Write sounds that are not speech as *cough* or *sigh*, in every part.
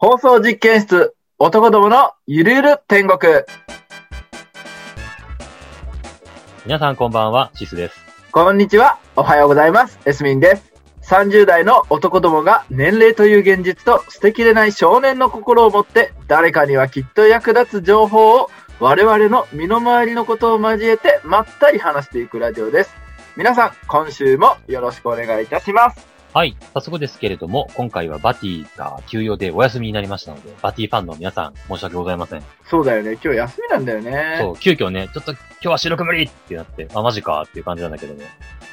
放送実験室、男どものゆるゆる天国。皆さんこんばんは、シスです。こんにちは、おはようございます。エスミンです。30代の男どもが年齢という現実と捨てきれない少年の心を持って、誰かにはきっと役立つ情報を我々の身の回りのことを交えてまったり話していくラジオです。皆さん、今週もよろしくお願いいたします。はい、早速ですけれども、今回はバティが休養でお休みになりましたので、バティファンの皆さん、申し訳ございません。そうだよね、今日休みなんだよそね。う、急遽ね、ちょっと今日は収録無理ってなって、あ、マジかっていう感じなんだけどね。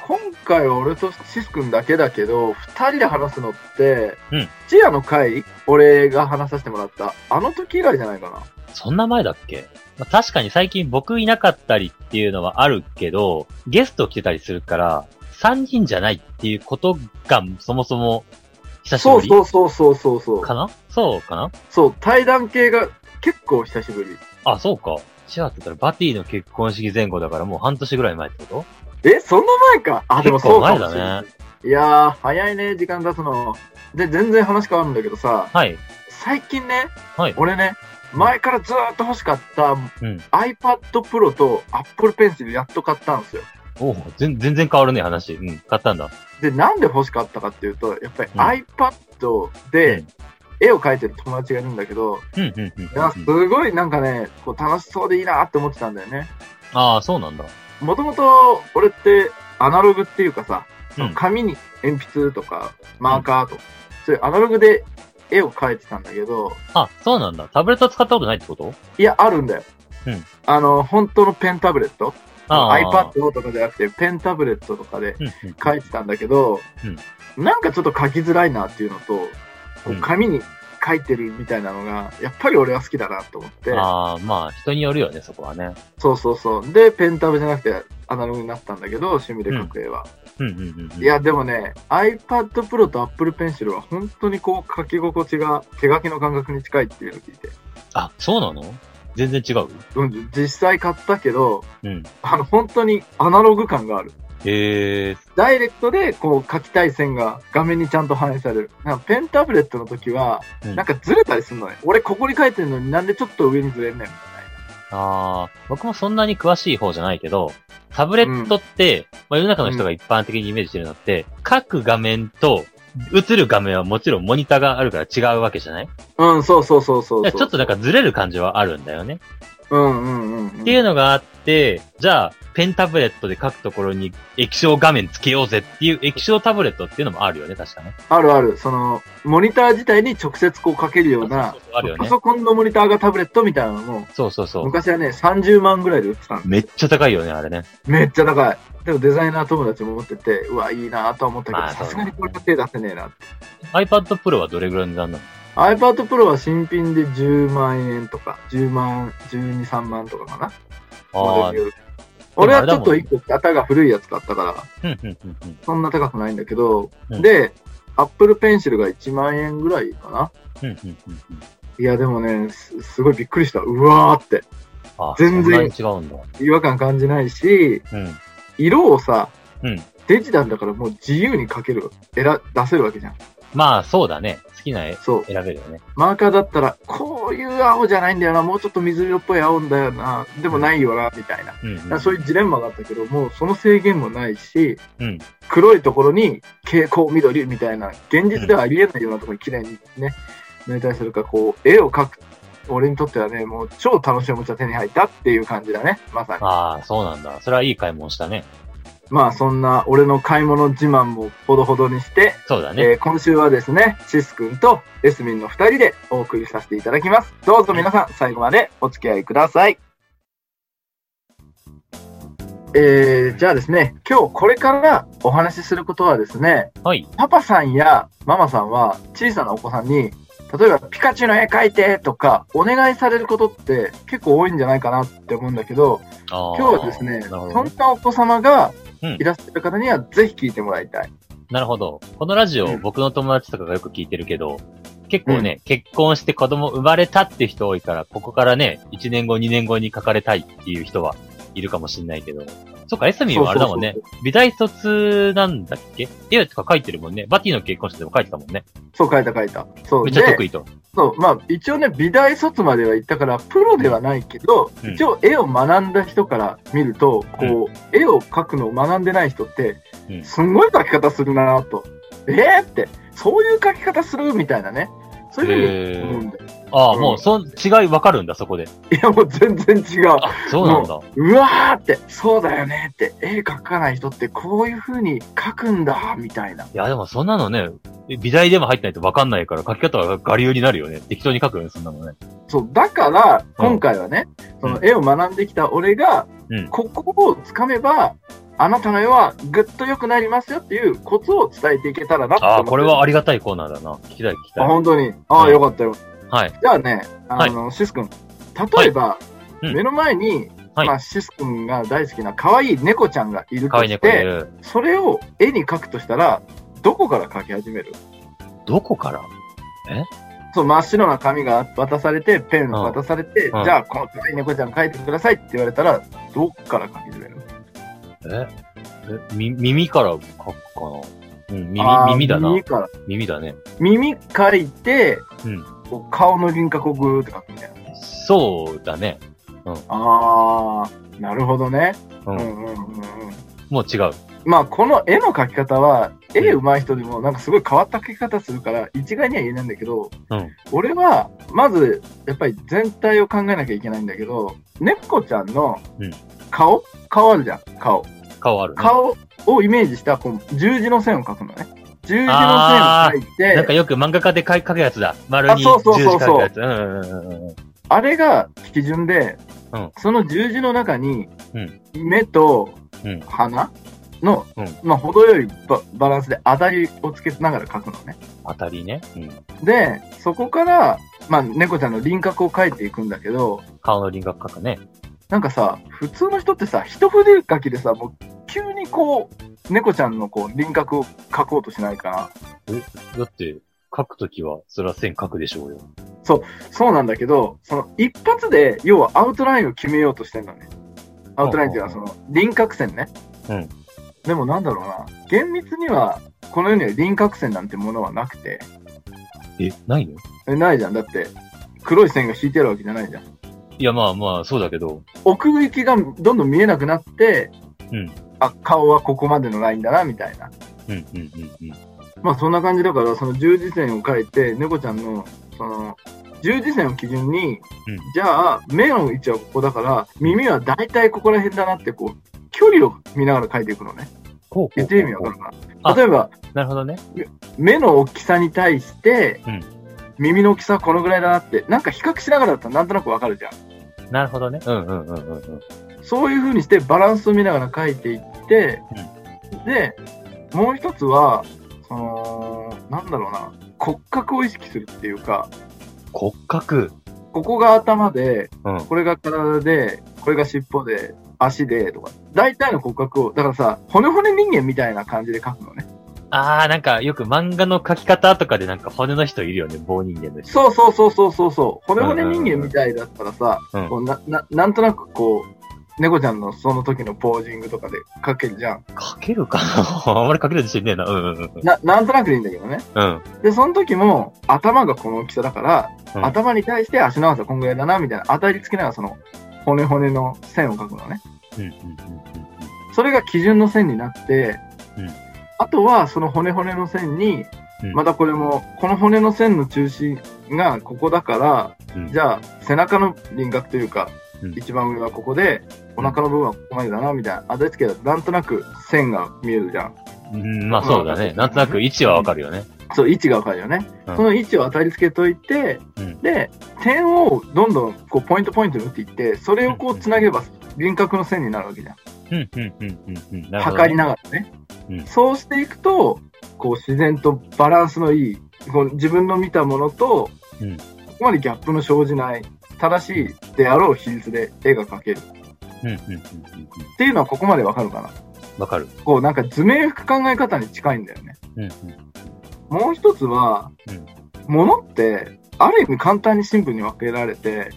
今回は俺とシス君だけだけど、二人で話すのって、うんチアの回、俺が話させてもらった、あの時以来じゃないかな。そんな前だっけ、まあ、確かに最近僕いなかったりっていうのはあるけど、ゲスト来てたりするから、3人じゃないっていうことが、そもそも、久しそぶうりそうそうそうそうそう。かなそうかなそう、対談系が結構久しぶり。あ、そうか。違ってたら、バティの結婚式前後だからもう半年ぐらい前ってことえ、そんな前かあ、でもそうかもしれ結構前だない。ねいやー、早いね、時間経つの。で、全然話変わるんだけどさ、はい。最近ね、はい俺ね、前からずーっと欲しかった、ん iPad Pro と Apple Pencil やっと買ったんですよ。おう全全然変わるね、話。うん、買ったんだ。で、なんで欲しかったかっていうと、やっぱりうん iPad うでん絵を描いてる友達がいるんだけど、うん、うん、うん。いやすごいなんかね、こう楽しそうでいいなって思ってたんだよね。ああ、そうなんだ。もともと俺ってアナログっていうかさ、うん。紙に鉛筆とかマーカーとか、そういうアナログで絵を描いてたんだけど、あ、そうなんだ。タブレット使ったことないってこといや、あるんだよ。うんあの、本当のペンタブレットああ。 ?iPad とかじゃなくて、ペンタブレットとかでうん、うん。描いてたんだけど、なんかちょっと描きづらいなっていうのと、こううん紙に描いてるみたいなのが、やっぱり俺は好きだなと思って、ああ、まあ、人によるよね、そこはね。そうそうそう。で、ペンタブじゃなくてアナログになったんだけど、趣味で描く絵は。うん、うん、うんうん。いや、でもね、iPad Pro と Apple Pencil は本当にこう書き心地が手書きの感覚に近いっていうのを聞いて。あ、そうなの全然違ううん、実際買ったけど、うん。あの、本当にアナログ感がある。ええ、ダイレクトでこう書きたい線が画面にちゃんと反映される。なんかペンタブレットの時は、うんなんかずれたりするのね。俺ここに書いてるのになんでちょっと上にずれんねんみたいああ、僕もそんなに詳しい方じゃないけど、タブレットって、まあ世の中の人が一般的にイメージしてるのって、各画面と映る画面はもちろんモニターがあるから違うわけじゃないな。うん、そうそうそうそうだそう。からちょっとなんかずれる感じはあるんだよね。うんうんうんうん。っていうのがあって、じゃあ、ペンタブレットで書くところに液晶画面つけようぜっていう液晶タブレットっていうのもあるよね、確かね。あるある。その、モニター自体に直接こう書けるようなそう、そうそうあるよパね。ソコンのモニターがタブレットみたいなのも、そうそうそう。昔はね、30万ぐらいで売ってたの。めっちゃ高いよね、あれね。めっちゃ高い。でもデザイナー友達も持ってて、うわ、いいなとは思ったけど、まあさすがにこれは手出せねえなって。 iPad Pro はどれぐらいの値段なの iPad Pro は新品で10万円とか、10万、12、3万とかかな。ああモデルによる俺はちょっと一個型が古いやつ買ったから、ー、うんうんうんうん。そんな高くないんだけど、うんで、Apple Pencil が1万円ぐらいかな。うんうんうんうん。いや、でもね、すすごいびっくりした。うわーって。あ、全然そんなに違うんだ。違和感感じないし、うん。色をさ、うんデジタルだからもう自由に描ける、選出せるわけじゃん。まあ、そうだね。好きな絵そう。選べるよね。マーカーだったら、こういう青じゃないんだよな、もうちょっと水色っぽい青んだよな、でもないよな、みたいな。だかうん、らそういうジレンマがあったけど、もうその制限もないし、うん。黒いところに蛍光緑みたいな、現実ではありえないようなところに綺麗にね、明体するから、こう、絵を描く、俺にとってはね、もう超楽しいおもちゃ手に入ったっていう感じだね、まさに。ああ、そうなんだ。それはいい買い物したね。まあそんな俺の買い物自慢もほどほどにして、そうだえね。ー今週はですね、シス君とエスミンの2人でお送りさせていただきます。どうぞ皆さん、最後までお付き合いください。えー、じゃあですね、今日これからお話しすることはですね、はい。パパさんやママさんは小さなお子さんに、例えばピカチュウの絵描いてとかお願いされることって結構多いんじゃないかなって思うんだけど、ああ。今日はですね、なそるほどんね。なお子様がうんいらっしゃる方にはぜひ聞いてもらいたい。なるほど。このラジオ、うん僕の友達とかがよく聞いてるけど、結構ね、結婚して子供生まれたって人多いから、ここからね、1年後、2年後に書かれたいっていう人は、いるかもしんないけど。そっか、エスミンはあれだもんね。美大卒なんだっけ絵とか書いてるもんね。バティの結婚式でも書いてたもんね。そう、書いた書いた。そう。めっちゃで得意と。そう、まあ、一応ね、美大卒までは行ったから、プロではないけど、うん一応絵を学んだ人から見ると、こう、絵を描くのを学んでない人ってう、んすんごい描き方するなと。えーって、そういう描き方するみたいなね。そういうふうに思うんだよ。ああ、うんもう、その違いわかるんだ、そこで。いや、もう全然違う。あ、そうなんだ。うわーって、そうだよねって、絵描かない人ってこういう風に描くんだ、みたいな。いや、でもそんなのね、美大でも入ってないとわかんないから、書き方が我流になるよね。適当に書くよね、そんなのね。そう、だから、うん今回はね、そうんの絵を学んできた俺が、うんここをつかめば、あなたの絵はぐっと良くなりますよっていうコツを伝えていけたらなと思っあてあ、これはありがたいコーナーだな。聞きたい、聞きたあ、い。本当に。ああ、うんよかったよ。はい。じゃあね、あの、シス君、例えば、いうん目の前に、はいまあ、シス君が大好きな可愛い猫ちゃんがいるとかわいいし猫いて、る。それを絵に描くとしたら、どこから描き始めるどこからそう、真っ白な紙が渡されて、ペンが渡されて、うんじゃあ、この可愛い猫ちゃん描いてくださいって言われたら、どっから描き始めるええ、み、耳から書くかな。うん、耳、あー耳だな。耳から。耳だね。耳描いて、うんこう顔の輪郭をぐーって描くみたいな。そうだね。あー、なるほどね。ううんん。うんうんうん。もう違う。まあ、この絵の描き方は、うん絵上手い人でもなんかすごい変わった描き方するから、一概には言えないんだけど、うん俺は、まず、やっぱり全体を考えなきゃいけないんだけど、猫ちゃんのうん顔、顔あるじゃん、顔。顔あるね。顔をイメージしたこう十字の線を描くのね。十字の線を描いて、なんあかよく漫画家で書い書くやつだ。丸にあそう十そう字そ書うくそうやつ。うんうんうんうん。れが基準で、うんその十字の中に、うん目とうん鼻の、うんまあ、程よいババランスで当たりをつけながら描くのね。当たりね。うん。で、そこから、まあ、猫ちゃんの輪郭を描いていくんだけど、顔の輪郭書くね。なんかさ、普通の人ってさ、一筆書きでさ、もう急にこう、猫ちゃんのこう輪郭を描こうとしないかな。だって、書くときは、それは線書くでしょうよ。そうなんだけど、その一発で、要はアウトラインを決めようとしてるのね。アウトラインっていうのはうその輪郭線ね。うん。でもなんだろうな。厳密には、この世には輪郭線なんてものはなくて。え、ないのえないじゃん。だって、黒い線が引いてあるわけじゃないじゃん。いや、まあまあ、そうだけど。奥行きがどんどん見えなくなって、うんあ、顔はここまでのラインだな、みたいな。うんうんうんうん。まあそんな感じだから、その十字線を書いて、猫ちゃんの、その、十字線を基準に、うんじゃあ、目の位置はここだから、耳は大体ここら辺だなって、こう、距離を見ながら書いていくのね。こうこうこう。言ってる意味わかるかなあ例えば、なるほどね。目の大きさに対して、うん耳の大きさはこのぐらいだなって、なんか比較しながらだったらなんとなくわかるじゃん。なるほどね。うんうんうんうんうん。そういう風にしてバランスを見ながら書いていって、で、もう一つは、その、なんだろうな、骨格を意識するっていうか、骨格。ここが頭で、うんこれが体で、これが尻尾で、足でとか、大体の骨格を、だからさ、骨骨人間みたいな感じで書くのね。あー、なんか、よく漫画の書き方とかでなんか骨の人いるよね。棒人間の人。そうそうそうそうそうそう、骨骨人うんうん間うんみたいだったらさ、うんこうなななんとなくこう、猫ちゃんのその時のポージングとかで書けるじゃん。書けるかな *laughs* あんまり書ける自信ねえな。うんうんうん。な、なんとなくでいいんだけどね。うん。で、その時も、頭がこの大きさだから、うん頭に対して足の長さこんぐらいだな、みたいな、当たりつけながらその、骨骨の線を書くのね。うんうんうんうんうん。それが基準の線になって、うんあとはその骨骨の線に、うんまたこれも、この骨の線の中心がここだから、うんじゃあ背中の輪郭というか、うん一番上はここで、お腹の部分はここまでだな、みたいな。あ、だつけど、なんとなく線が見えるじゃん。うん、まあそうだね。なんとなく位置はわかるよね。そう、位置がわかるよね。うんその位置を当たりつけといて、うんで、点をどんどんこうポイントポイントに打っていって、それをこう繋げば輪郭の線になるわけじゃん。うん、うん、うん、うん、うん。なるほど測りながらね。うんそうしていくと、こう自然とバランスのいい、こう自分の見たものと、うんここまでギャップの生じない、正しいであろう比率で絵が描ける。っうん、うん、うん、うん。ていうのはここまでわかるかな。わかる。こうなんか図面吹く考え方に近いんだよね。うん、うん。もう一つは、うん物って、ある意味簡単にシンプルに分けられて、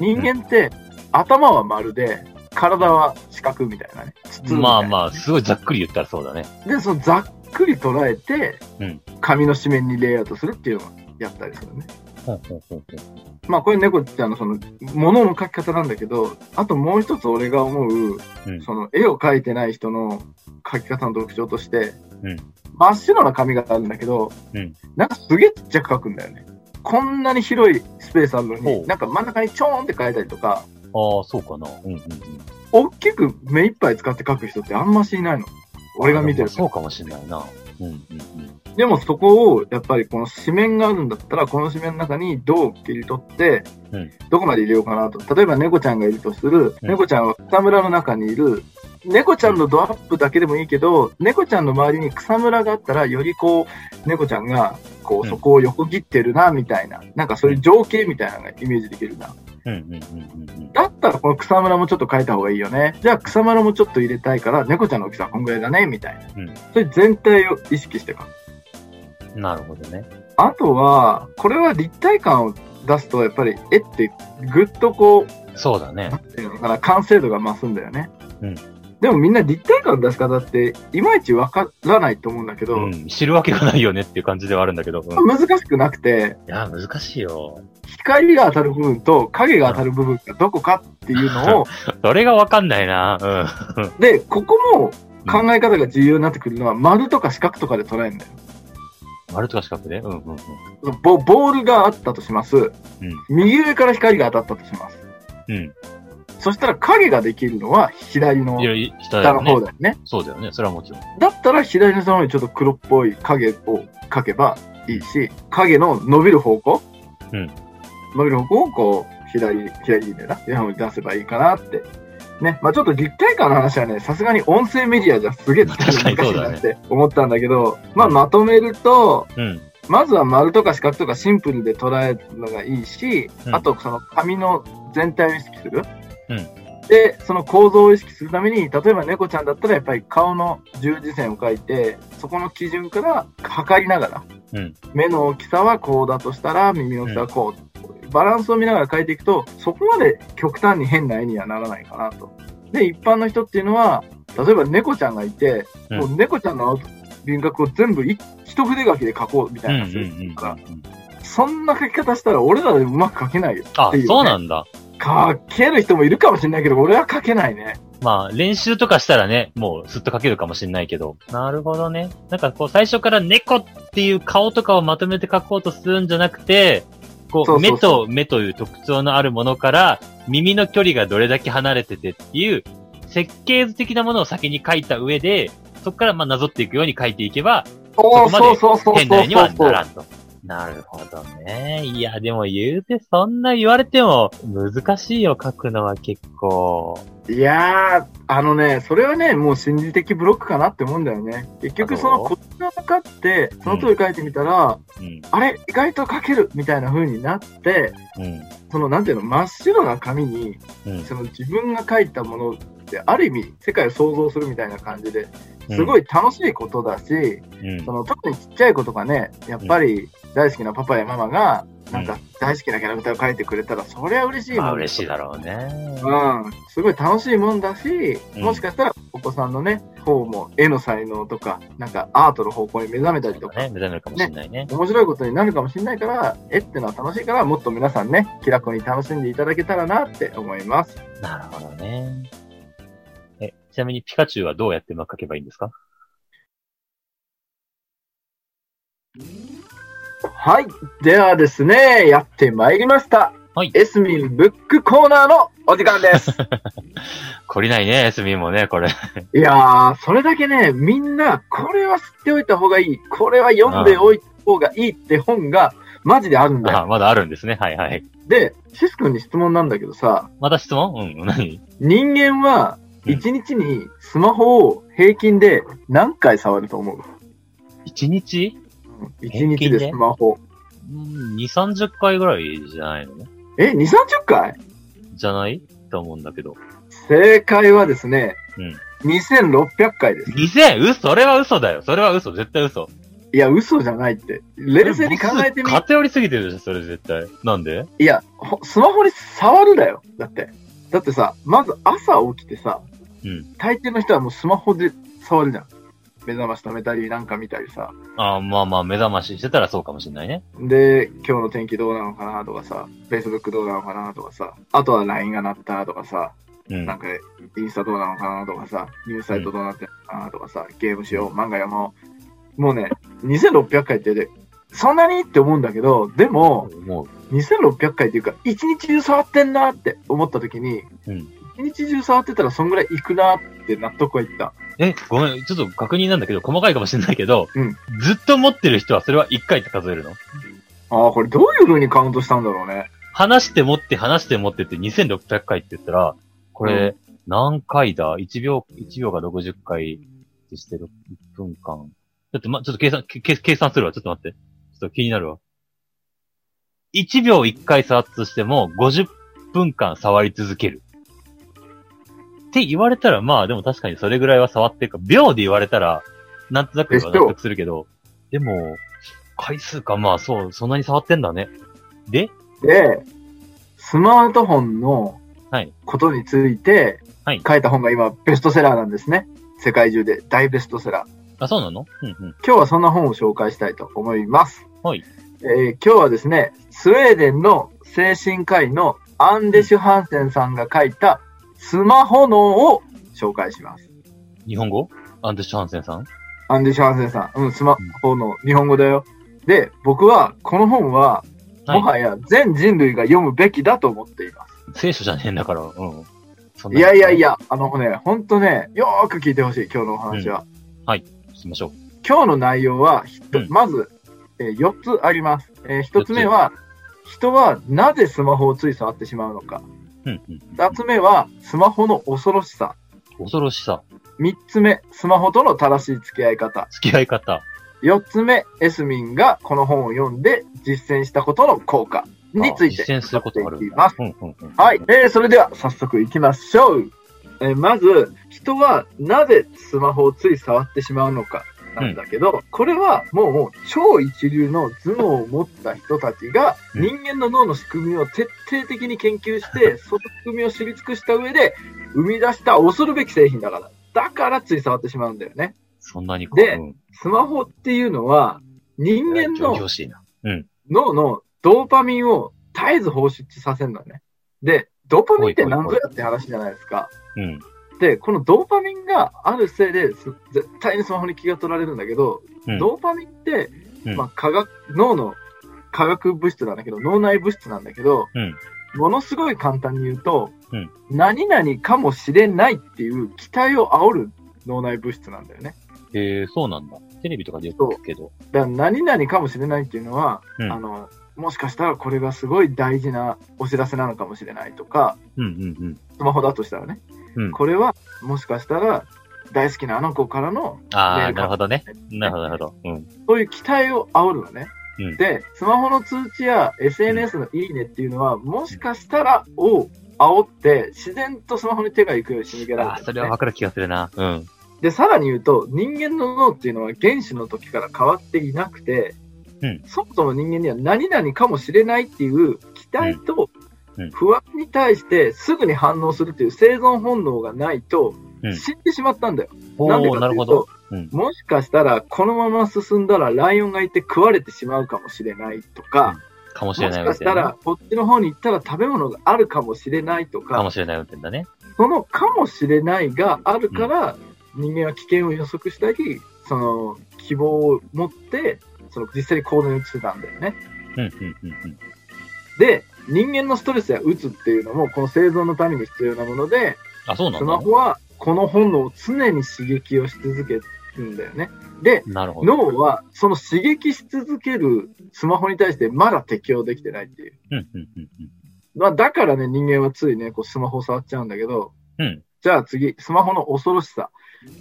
人間って、頭は丸で、体は四角みたいなね。筒みたいなまあまあ、すごいざっくり言ったらそうだね。で、そのざっくり捉えて、うん紙の紙面にレイアウトするっていうのをやったりするね。ほんほんほんまあこれ猫ちゃんのその、物の描き方なんだけど、あともう一つ俺が思う、ほんうん。その絵を描いてない人の描き方の特徴として、うん真っ白な紙があるんだけど、うんなんかすげえちっちゃく描くんだよね。こんなに広いスペースあるのほに、うなんか真ん中にちょーんって描いたりとか、ああ、そうかな。うんうんうん。大きく目いっぱい使って描く人ってあんましいないの。俺が見てるあでもそうかもしれないな。うんうんうん。でもそこをやっぱりこの紙面があるんだったらこの紙面の中にどう切り取ってうんどこまで入れようかなと例えば猫ちゃんがいるとするうん猫ちゃんは草むらの中にいる猫ちゃんのドアップだけでもいいけど猫ちゃんの周りに草むらがあったらよりこう猫ちゃんがこううんそこを横切ってるなみたいななんかそういう情景みたいなのがイメージできるなうんうんうんうんうん。だったらこの草むらもちょっと変えた方がいいよねじゃあ草むらもちょっと入れたいから猫ちゃんの大きさはこんぐらいだねみたいなうんそういう全体を意識して描くなるほどね。あとは、これは立体感を出すと、やっぱり絵ってぐっとこう、そうだねな。んていうのかな、完成度が増すんだよね。うんでもみんな立体感の出し方って、いまいちわからないと思うんだけど、うん。知るわけがないよねっていう感じではあるんだけど。うん難しくなくて、いや、難しいよ。光が当たる部分と影が当たる部分がどこかっていうのを、それがわかんないな。で、ここも考え方が重要になってくるのは、丸とか四角とかで捉えるんだよ。うん。丸とか四角でうんうんうん。ボボールがあったとします。右上から光が当たったとします。うん。そしたら影ができるのは左のいろいろ下だ下よの方ね。だよね。そうだよね。それはもちろん。だったら左の側にちょっと黒っぽい影を描けばいいし、影の伸びる方向、うん伸びる方向をこう、左、左でな、左の方に出せばいいかなって。ね、まあちょっと立体感の話はね、さすがに音声メディアじゃすげえ難し確かいにそうだなねって思ったんだけど、まあまとめると、うん。まずは丸とか四角とかシンプルで捉えるのがいいし、うんあとその紙の全体を意識する。うんで、その構造を意識するために、例えば猫ちゃんだったらやっぱり顔の十字線を描いて、そこの基準から測りながら、うん目の大きさはこうだとしたら、耳の大きさはこう、バランスを見ながら描いていくと、そこまで極端に変な絵にはならないかなと。で、一般の人っていうのは、例えば猫ちゃんがいて、うんもう猫ちゃんの輪郭を全部い一筆書きで描こうみうたんいうんなうんうん。そんな書き方したら俺らでうまく書けないよ。あってい、ねそうなんだ。書ける人もいるかもしれないけど、俺は書けないね。まあ、練習とかしたらね、もうすっと書けるかもしれないけど。なるほどね。なんかこう、最初から猫っていう顔とかをまとめて書こうとするんじゃなくて、こう、そうそうそ目と目という特徴のあるものから、耳の距離がどれだけ離れててっていう、設計図的なものを先に書いた上で、そこからまあなぞっていくように書いていけば、おーそこまでそうそうそう変なそようにはうそなうらんと。なるほどね。いや、でも言うて、そんな言われても、難しいよ、書くのは結構。いやー、あのね、それはね、もう心理的ブロックかなって思うんだよね。結あ局のそのこっちの中って、その通り書いてみたら、うん。あれ、意外と書けるみたいな風になって、うん。そのなんていうの、真っ白な紙に、うん。その自分が書いたものって、ある意味世界を想像するみたいな感じで、うんすごい楽しいことだし、うんその特にちっちゃい子とかね、やっぱり大好きなパパやママが、なんうか大好きなキャラクターを描いてくれたら、そりゃ嬉しいもん、まあ嬉しいだろうね。うん。すごい楽しいもんだし、うんもしかしたらお子さんのね、方も絵の才能とか、なんかアートの方向に目覚めたりとか、ね、目覚めるかもしれないね。面白いことになるかもしれないから、絵ってのは楽しいから、もっと皆さんね、気楽に楽しんでいただけたらなって思います。なるほどね。え、ちなみにピカチュウはどうやってうまく描けばいいんですかはい。ではですね、やってまいりました。はいエスミンブックコーナーのお時間 *laughs* です。懲りないね、エスミンもね、これ。いやー、それだけね、みんな、これは知っておいた方がいい、これは読んでおいた方がいいって本が、マジであるんだよ。あ、まだあるんですね。はいはい。で、シス君に質問なんだけどさ、また質問うん、何人間は、うん一日にスマホを平均で何回触ると思う一日一平日均ででスマホ。うん、二、三十回ぐらいじゃないのね。え、2、30回じゃないと思うんだけど。正解はですね、2600回です。二千嘘それは嘘だよ。それは嘘。絶対嘘。いや、嘘じゃないって。冷静に考えてみそれ。偏りすぎてるでしょ、それ絶対。なんでいや、ほスマホに触るだよ。だって。だってさ、まず朝起きてさ、うん大抵の人はもうスマホで触るじゃん。目覚まし止めたりなんか見たりさ。ああ、まあまあ、目覚まししてたらそうかもしれないね。で、今日の天気どうなのかなとかさ、Facebook どうなのかなとかさ、あとは LINE が鳴ったとかさ、うん。なんあかインスタどうなのかなとかさ、ニュースサイトどうなってるのかなとかさ、ゲームしよう、漫画読もう。もうね、2600回ってで、そんなにって思うんだけど、でも、も2600回っていうか、一日中触ってんなって思った時に、うん一日中触ってたらそんぐらいいくなって納得はいった。う、え、ごめん、ちょっと確認なんだけど、細かいかもしれないけど、うんずっと持ってる人はそれは1回って数えるのああ、これどういう風にカウントしたんだろうね。話して持って話して持ってって2600回って言ったら、これ、何回だ ?1 秒、1秒が60回そして6分間。ちょっとま、ちょっと計算、けけ計算するわ。ちょっと待って。ちょっと気になるわ。1秒1回触ったとしても、50分間触り続ける。って言われたら、まあでも確かにそれぐらいは触ってるか、秒で言われたら、なんとなくは納得するけど、でも、回数か、まあそう、そんなに触ってんだね。で、で、スマートフォンのはいことについてはい書いた本が今ベストセラーなんですね。世界中で大ベストセラー。あ、そうなのうんうん。今日はそんな本を紹介したいと思います。はいえー今日はですね、スウェーデンの精神科医のアンデシュ・ハンセンさんが書いたスマホ脳を紹介します。日本語アンデシュ・ハンセンさんアンデシュ・ハンセンさん。うん、スマホの日本語だよ。で、僕はこの本は、もはい。はや全人類が読むべきだと思っています。聖書じゃねえんだから。うん。そんないやいやい。や、あのね、ほんとね、よーく聞いてほしい、今日のお話は。聞きましょう。今日の内容は、ひとうんまず、え4つあります。え1つ目は、人はなぜスマホをつい触ってしまうのか。うんうん。 2つ目は、スマホの恐ろしさ。恐ろしさ。 3つ目、スマホとの正しい付き合い方。付き合い方。 4つ目、エスミンがこの本を読んで実践したことの効果についてあ実践することがあ語るっていきます。うんうんうん。はい。。えー、それでは早速行きましょう。えーまず、人はなぜスマホをつい触ってしまうのかなんだけど、これはもう超一流の頭脳を持った人たちがうん人間の脳の仕組みを徹底的に研究 *laughs* して、その仕組みを知り尽くした上で生み出した恐るべき製品だから。だからつい触ってしまうんだよね。そんなにこでうん、スマホっていうのは人間上の々しいな。脳のドーパミンを絶えず放出させるのね。で、ドーパミンって何ぞやって話じゃないですか。うん。で、このドーパミンがあるせいです絶対にスマホに気が取られるんだけど、うんドーパミンって、うんまあ、化学脳の化学物質なんだけど、脳内物質なんだけど、うんものすごい簡単に言うと、うん何々かもしれないっていう期待を煽る脳内物質なんだよね。えー、そうなんだ。テレビとかでよく聞くけど。だから何々かもしれないっていうのは、うんあのもしかしたらこれがすごい大事なお知らせなのかもしれないとかうんうんスマホだとしたらね、うんこれはもしかしたら大好きなあの子からのうん。あであ、なるほどね。なるほど、なるほど。うん。そういう期待を煽るのね、うんでスマホの通知や SNS のいいねっていうのはもしかしたらを煽って自然とスマホに手が行くように仕向けられてああ、るそれねはわかる気がするな。うん。で、さらに言うと、人間の脳っていうのは原始の時から変わっていなくて、うんそもそも人間には何々かもしれないっていう期待とうんうん不安に対してすぐに反応するっていう生存本能がないとうん死んでしまったんだよ。おなんでかー、なってるいほうとど。、うん。もしかしたらこのまま進んだらライオンがいて食われてしまうかもしれないとか、かもしれもしないか運し転ただね。らこっちの方に行ったら食べ物があるかもしれないとかかも、しれない運転だね。そのかもしれないがあるから、人間は危険を予測したり、その希望を持って、その実際に行動に移してたんだよね。うんうんうんうん。で、人間のストレスや鬱っていうのも、この生存のために必要なもので、あ、そうなスんマだ。ホはこの本能を常に刺激をし続けるんだよね。で、なるほど。脳はその刺激し続けるスマホに対してまだ適応できてないっていう。うんうんうんまあ、だからね、人間はついね、こうスマホを触っちゃうんだけど、うん。うん。じゃあ次、スマホの恐ろしさ。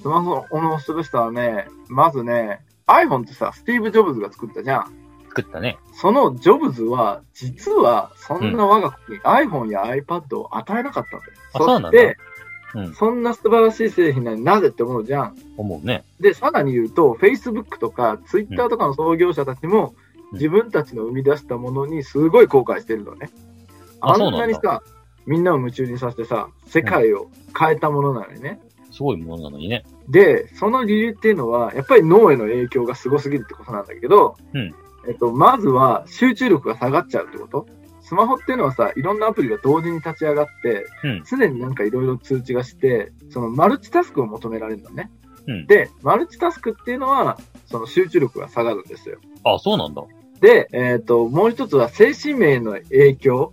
スマホの恐ろしさはね、まずね、iPhone ってさ、スティーブ・ジョブズが作ったじゃん。作ったね。そのジョブズは、実は、そんな我が子に iPhone や iPad を与えなかったんだよ。あそうなしんだて、うん。そんな素晴らしい製品なのになぜって思うじゃん。思うね。で、さらに言うと、Facebook とか Twitter とかの創業者たちも、うん自分たちの生み出したものにすごい後悔してるのね。ああそうんななんにださ、みんなを夢中にさせてさ、世界を変えたものなのにね。すごいものなのにね。で、その理由っていうのは、やっぱり脳への影響がすごすぎるってことなんだけど、うんえっと、まずは集中力が下がっちゃうってこと。スマホっていうのはさ、いろんなアプリが同時に立ち上がって、うん。常になんかいろいろ通知がして、そのマルチタスクを求められるのね。うん。で、マルチタスクっていうのは、その集中力が下がるんですよ。あ、そうなんだ。で、えっ、と、もう一つは精神面の影響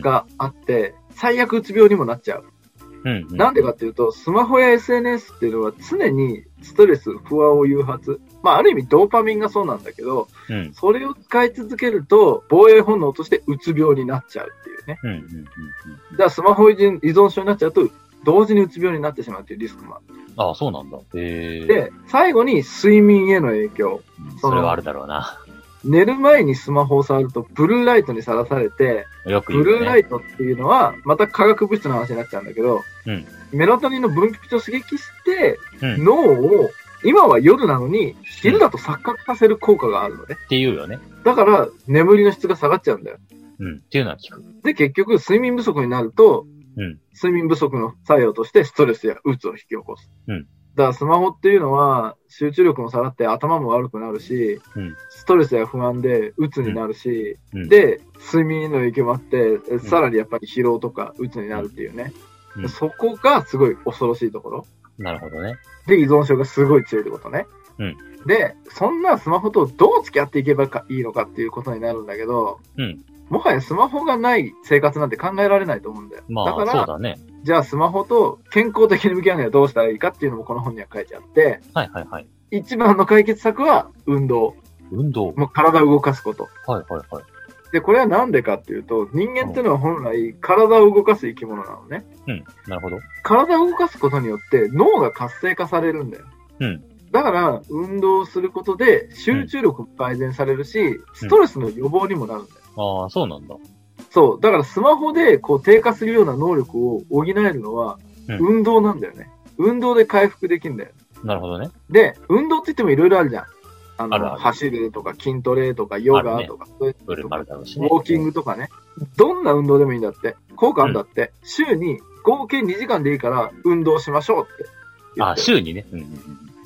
があって、最悪うつ病にもなっちゃう。うん、うん。なんでかっていうと、スマホや SNS っていうのは常にストレス、不安を誘発。まあ、ある意味ドーパミンがそうなんだけど、うん。それを使い続けると、防衛本能としてうつ病になっちゃうっていうね。うん。うん。うん。うんだからスマホ依存依存症になっちゃうと、同時にうつ病になってしまうっていうリスクもある。あ、そうなんだ。ええで、最後に睡眠への影響。それはあるだろうな。 *laughs* 寝る前にスマホを触ると、ブルーライトにさらされて、よく言ブう、ね。ルーライトっていうのは、また化学物質の話になっちゃうんだけど、うんメラトニンの分泌を刺激して、うん脳を、今は夜なのに、昼だと錯覚させる効果があるのね。っていうよね。だから、眠りの質が下がっちゃうんだよ。うん。っていうのは聞く。で、結局、睡眠不足になると、うん睡眠不足の作用として、ストレスやうつを引き起こす。うんだから、スマホっていうのは、集中力も下がって頭も悪くなるし、うんストレスや不安でうつになるし、うんで、睡眠への影響もあって、えさらにやっぱり疲労とかうつになるっていうね。うんそこがすごい恐ろしいところ。なるほどね。で、依存症がすごい強いってことね。うんで、そんなスマホとどう付き合っていけばかいいのかっていうことになるんだけど、うんもはやスマホがない生活なんて考えられないと思うんだよ。まだかあ、らそうだね。じゃあスマホと健康的に向き合うにはどうしたらいいかっていうのもこの本には書いてあって、はいはいはい。一番の解決策は運動。運動。はいもう体を動かすこと。はいはい。で、これはなんでかっていうと、人間っていうのは本来体を動かす生き物なのね。うん。なるほど。体を動かすことによって脳が活性化されるんだよ。うんだから、運動をすることで集中力も改善されるし、ストレスの予防にもなるんだよ。ああ、そうなんだ。そう。だからスマホでこう低下するような能力を補えるのは、うん運動なんだよね。運動で回復できるんだよ。なるほどね。で、運動って言ってもいろいろあるじゃん。あの、あるある走るとか筋トレとかヨガとか、そういうブルマルだろうしウね。ォーキングとかね。どんな運動でもいいんだって。効果あるんだって。週に合計2時間でいいから運動しましょうって言あっあ、て。週にね。うんうんうん。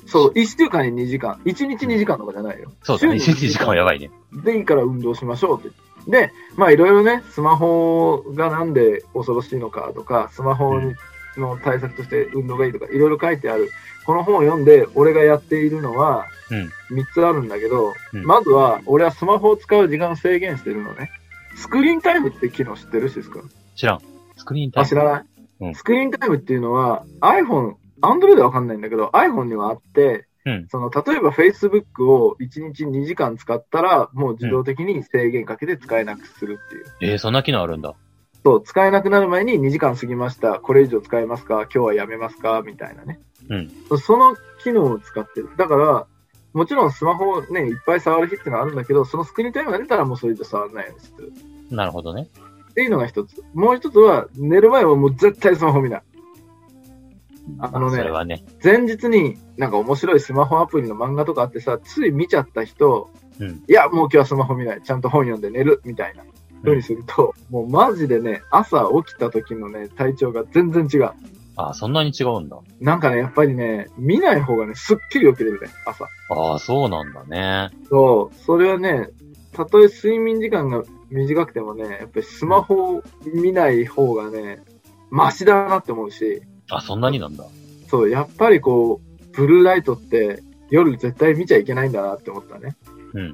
そう、1週間に2時間。1日2時間とかじゃないよ。そうだね。一週に日時間はやばいね。でいいから運動しましょうって。で、まあいろいろね、スマホがなんで恐ろしいのかとか、スマホうにの対策として運動がいいとか、いろいろ書いてある。この本を読んで、俺がやっているのは、うん3つあるんだけど、うんまずは、俺はスマホを使う時間を制限してるのね。スクリーンタイムって機能知ってるシス君。知らん。スクリーンタイあ、ム。知らない、うんスクリーンタイムっていうのは iPhone、Android はわかんないんだけど iPhone にはあって、うんその例えば Facebook を1日2時間使ったらもう自動的に制限かけて使えなくするっていう。えー、そんな機能あるんだ。そう、使えなくなる前に2時間過ぎました。これ以上使えますか今日はやめますかみたいなね。その機能を使ってる。だから、もちろんスマホをね、いっぱい触る日っていうのはあるんだけど、そのスクリーンタイムが出たらもうそれ以上触らないようにする。なるほどね。っていうのが一つ。もう一つは、寝る前はもう絶対スマホ見ない。あのねそれはね。前日になんか面白いスマホアプリの漫画とかあってさ、つい見ちゃった人、うんいや、もう今日はスマホ見ない、ちゃんと本読んで寝るみたいな風にすると、もうマジでね、朝起きた時のね、体調が全然違う。ああ、そんなに違うんだ。なんかね、やっぱりね、見ない方がね、すっきり起きれるね、朝。ああ、そうなんだね。そう、それはね、たとえ睡眠時間が短くてもね、やっぱりスマホを見ない方がね、マシだなって思うし、あ、そんなになんだ。そう、やっぱりこう、ブルーライトって夜絶対見ちゃいけないんだなって思ったね。うん。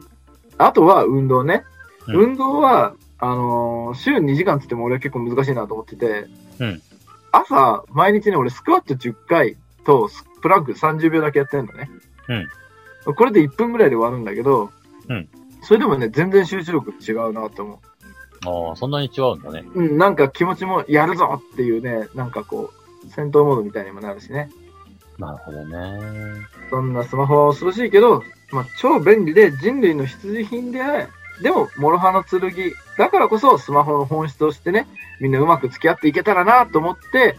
あとは運動ね。うん運動は、あのー週2時間つっても俺は結構難しいなと思ってて、うん朝、毎日ね、俺スクワット10回とスプランク30秒だけやってるのね。これで1分ぐらいで終わるんだけど、うんそれでもね、全然集中力違うなと思ああ、そんなに違うんだね。う。うん、なんか気持ちもやるぞっていうね、なんかこう、戦闘モードみたいにもなるしね。なるほどね。そんなスマホは恐ろしいけど、まあ、超便利で人類の必需品であれ、でも、諸刃の剣。だからこそ、スマホの本質としてね、みんなうまく付き合っていけたらなと思って、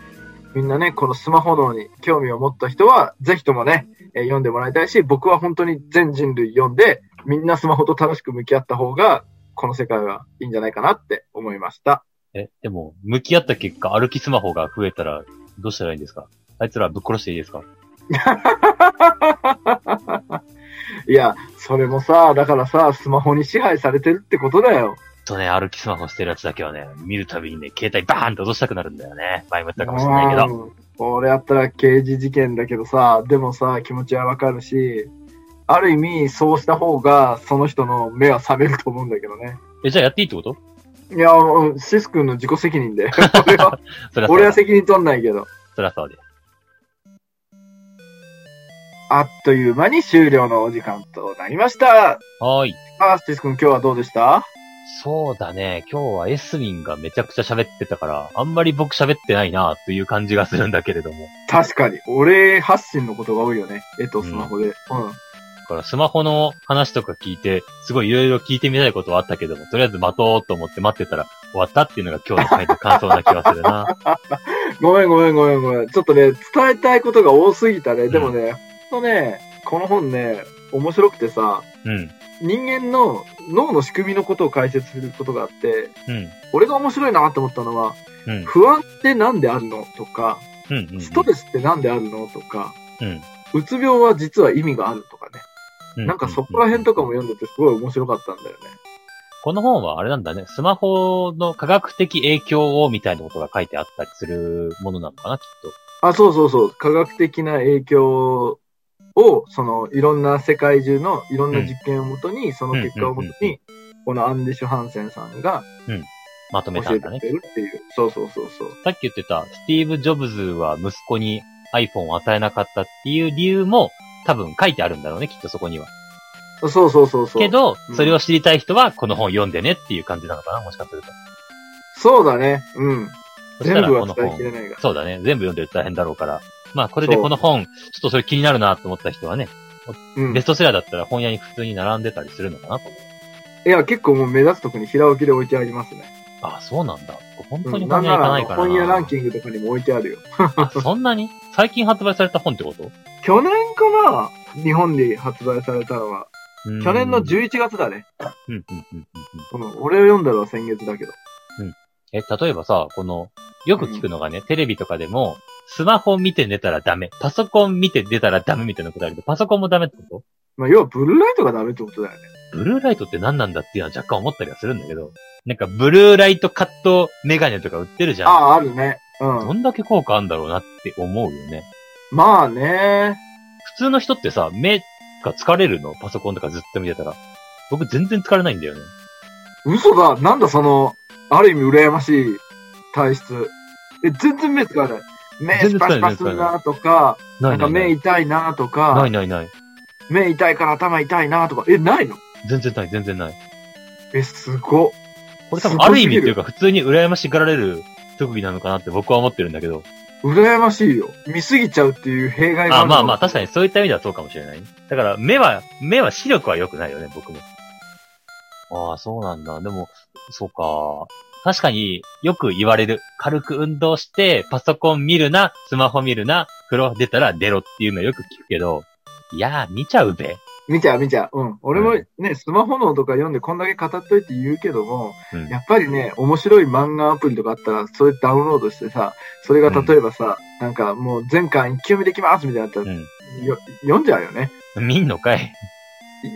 みんなね、このスマホ脳に興味を持った人は、ぜひともね、えー読んでもらいたいし、僕は本当に全人類読んで、みんなスマホと楽しく向き合った方が、この世界はいいんじゃないかなって思いました。え、でも、向き合った結果、歩きスマホが増えたら、どうしたらいいんですかあいつらぶっ殺していいですかいや、それもさ、だからさ、スマホに支配されてるってことだよ。とね、歩きスマホしてるやつだけはね、見るたびにね、携帯バーンと落としたくなるんだよね。前も言ったかもしれないけど。うん俺やったら刑事事件だけどさ、でもさ、気持ちはわかるし、ある意味、そうした方が、その人の目は覚めると思うんだけどね。え、じゃあやっていいってこといや、うんシス君の自己責任 *laughs* で。俺は、そりゃそう俺はだ。責任取んないけど。そりゃそうで。あっという間に終了のお時間となりました。はーい。あ、シス君今日はどうでしたそうだね。今日はエスミンがめちゃくちゃ喋ってたから、あんまり僕喋ってないなという感じがするんだけれども。確かに。俺発信のことが多いよね。絵とスマホで。うんだからスマホの話とか聞いて、すごいいろいろ聞いてみたいことはあったけども、とりあえず待とうと思って待ってたら終わったっていうのが今日の回の感想な気がするな。ごめんごめんごめんごめん。ちょっとね、伝えたいことが多すぎたね。でもね、ほんとね、この本ね、面白くてさ、うん。人間の脳の仕組みのことを解説することがあって、うん。俺が面白いなって思ったのは、うん。不安ってなんであるのとか、うん。うん。うんストレスってなんであるのとか、うん。うつ病は実は意味があるとかね。うん。なんかそこら辺とかも読んでてすごい面白かったんだよね。この本はあれなんだね。スマホの科学的影響をみたいなことが書いてあったりするものなのかな、きっあ、そうそうそう。科学的な影響を、その、いろんな世界中のいろんな実験をもとに、その結果をもとうんうんうんに、このアンデシュ・ハンセンさんがと。まとめた教んえだてねく。れるっていう。そうそうそうそう。さっき言ってた、スティーブ・ジョブズは息子に iPhone を与えなかったっていう理由も多分書いてあるんだろうね、きっとそこには。そうそうそうそう。けどう、んそれを知りたい人はこの本読んでねっていう感じなのかな、もしかすると。そうだね。うん。そした全ら部こはの伝え本き、れないが。そうだね、全部読んでると大変だろうから。まあ、これでこの本、ちょっとそれ気になるなと思った人はね、うん。ベいストセラーだったら本屋に普通に並んでたりするのかなと思う。や、結構もう目立つとこに平置きで置いてありますね。ああ、そうなんだ。本当うにんな本んな屋行からあなのいからな。本屋ランキングとかにも置いてあるよ。あそんなに最近発売された本ってこと去年かな日本で発売されたのは。 *laughs* 去年の十11月だね。うんうんうんうんうんこの、俺を読んだのは先月だけど。え、例えばさ、この、よく聞くのがね、テレビとかでも、スマホ見て寝たらダメ、パソコン見て寝たらダメみたいなことあるけど、パソコンもダメってこまあ、要はブルーライトがダメってことだよね。とブルーライトって何なんだっていうのは若干思ったりはするんだけど、なんかブルーライトカットメガネとか売ってるじゃん。ああ、あるね。うどん。んだけ効果あるんだろうなって思うよね。まあね。普通の人ってさ、目が疲れるのパソコンとかずっと見てたら。僕全然疲れないんだよね。嘘だ。なんだその、ある意味羨ましい体質。え、全然目疲れない。目ス全然パ疲シれないパするなとか、なないんかないな目い。痛いなとないか、ないない。目痛いから頭痛いなとか、え、ないの全然ない、全然ない。え、すごっ。これ多す分ごあするぎ意る味っていうか普通に羨ましがられる特技なのかなって僕は思ってるんだけど。羨ましいよ。見すぎちゃうっていう弊害がああるまあまあ確かに。にそういった意味ではそうかもしれない。だから目は、目は視力は良くないよね、僕も。ああ、そうなんだ。でも、そうか。確かによく言われる。軽く運動して、パソコン見るな、スマホ見るな、風呂出たら出ろっていうのよく聞くけど、いやー、見ちゃうべ。見ちゃう見ちゃう。うん。俺もうんね、スマホのとか読んでこんだけ語っといて言うけども、うん。やっぱりね、面白い漫画アプリとかあったら、それダウンロードしてさ、それが例えばさ、なんかもう全巻一気読みできますみたいなのあったら、よ読んじゃうよね。うん。見んのかい。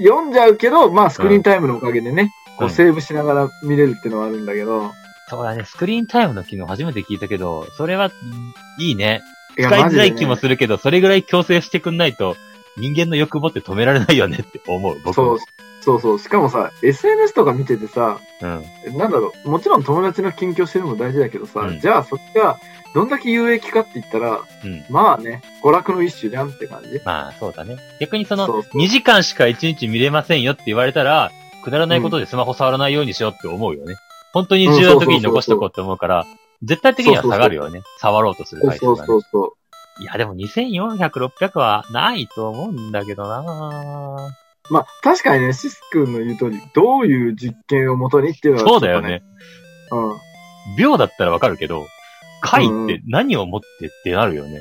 読んじゃうけど、まあスクリーンタイムのおかげでね、こううんセーブしながら見れるってのはあるんだけど、そうだね、スクリーンタイムの機能初めて聞いたけど、それは、うんいいね。い使いづらい気もる。するけど、それぐらい強制してくんないと、人間の欲望って止められないよねって思う、僕そもう。そうそう。しかもさ、SNS とか見ててさ、うん。なんだろう、もちろん友達の近況してるのも大事だけどさ、うんじゃあそっちがどんだけ有益かって言ったら、うんまあね、娯楽の一種じゃんって感じ。まあ、そうだね。逆にその、そうそう2時間しか1日見れませんよって言われたら、くだらないことでスマホ触らないようにしようって思うよね。本当に重要な時に残しとこうって思うから、絶対的には下がるよね。触ろうとする回数そうが、ねそ。うそう。いや、でも2400、600はないと思うんだけどなまあ、確かにね、シス君の言う通り、どういう実験をもとにっていうのは、そうだよね。ちょっとね。秒だったらわかるけど、回って何を持ってってなるよね。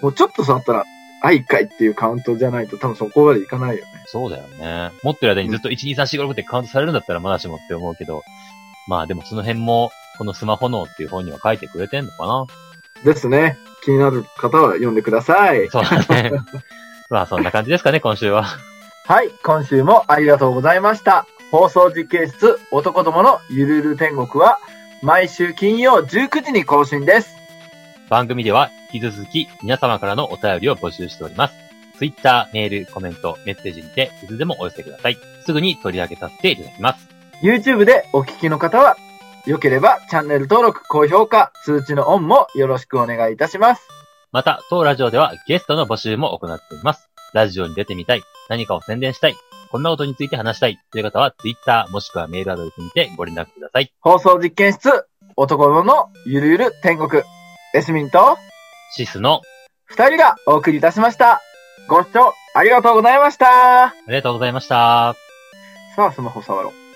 うん。もうちょっと触ったら、あ、一回っていうカウントじゃないと多分そこまでいかないよね。そうだよね。持ってる間にずっと1、2、3、4、5、6ってカウントされるんだったらまだしもって思うけど、まあでもその辺もこのスマホ脳っていう本には書いてくれてんのかなですね。気になる方は読んでください。そうだね。まあそんな感じですかね、今週は。はい、今週もありがとうございました。放送実験室男どものゆるゆる天国は毎週金曜19時に更新です。番組では引き続き皆様からのお便りを募集しております。ツイッター、メール、コメント、メッセージにていつでもお寄せください。すぐに取り上げさせていただきます。 YouTube でお聞きの方は、良ければチャンネル登録、高評価、通知のオンもよろしくお願いいたします。また、当ラジオではゲストの募集も行っています。ラジオに出てみたい、何かを宣伝したい、こんなことについて話したいという方はツイッターもしくはメールアドレスにてご連絡ください。放送実験室男どものゆるゆる天国。エスミンとシスの、二人がお送りいたしました。ご視聴ありがとうございました。ありがとうございました。さあ、スマホ触ろう。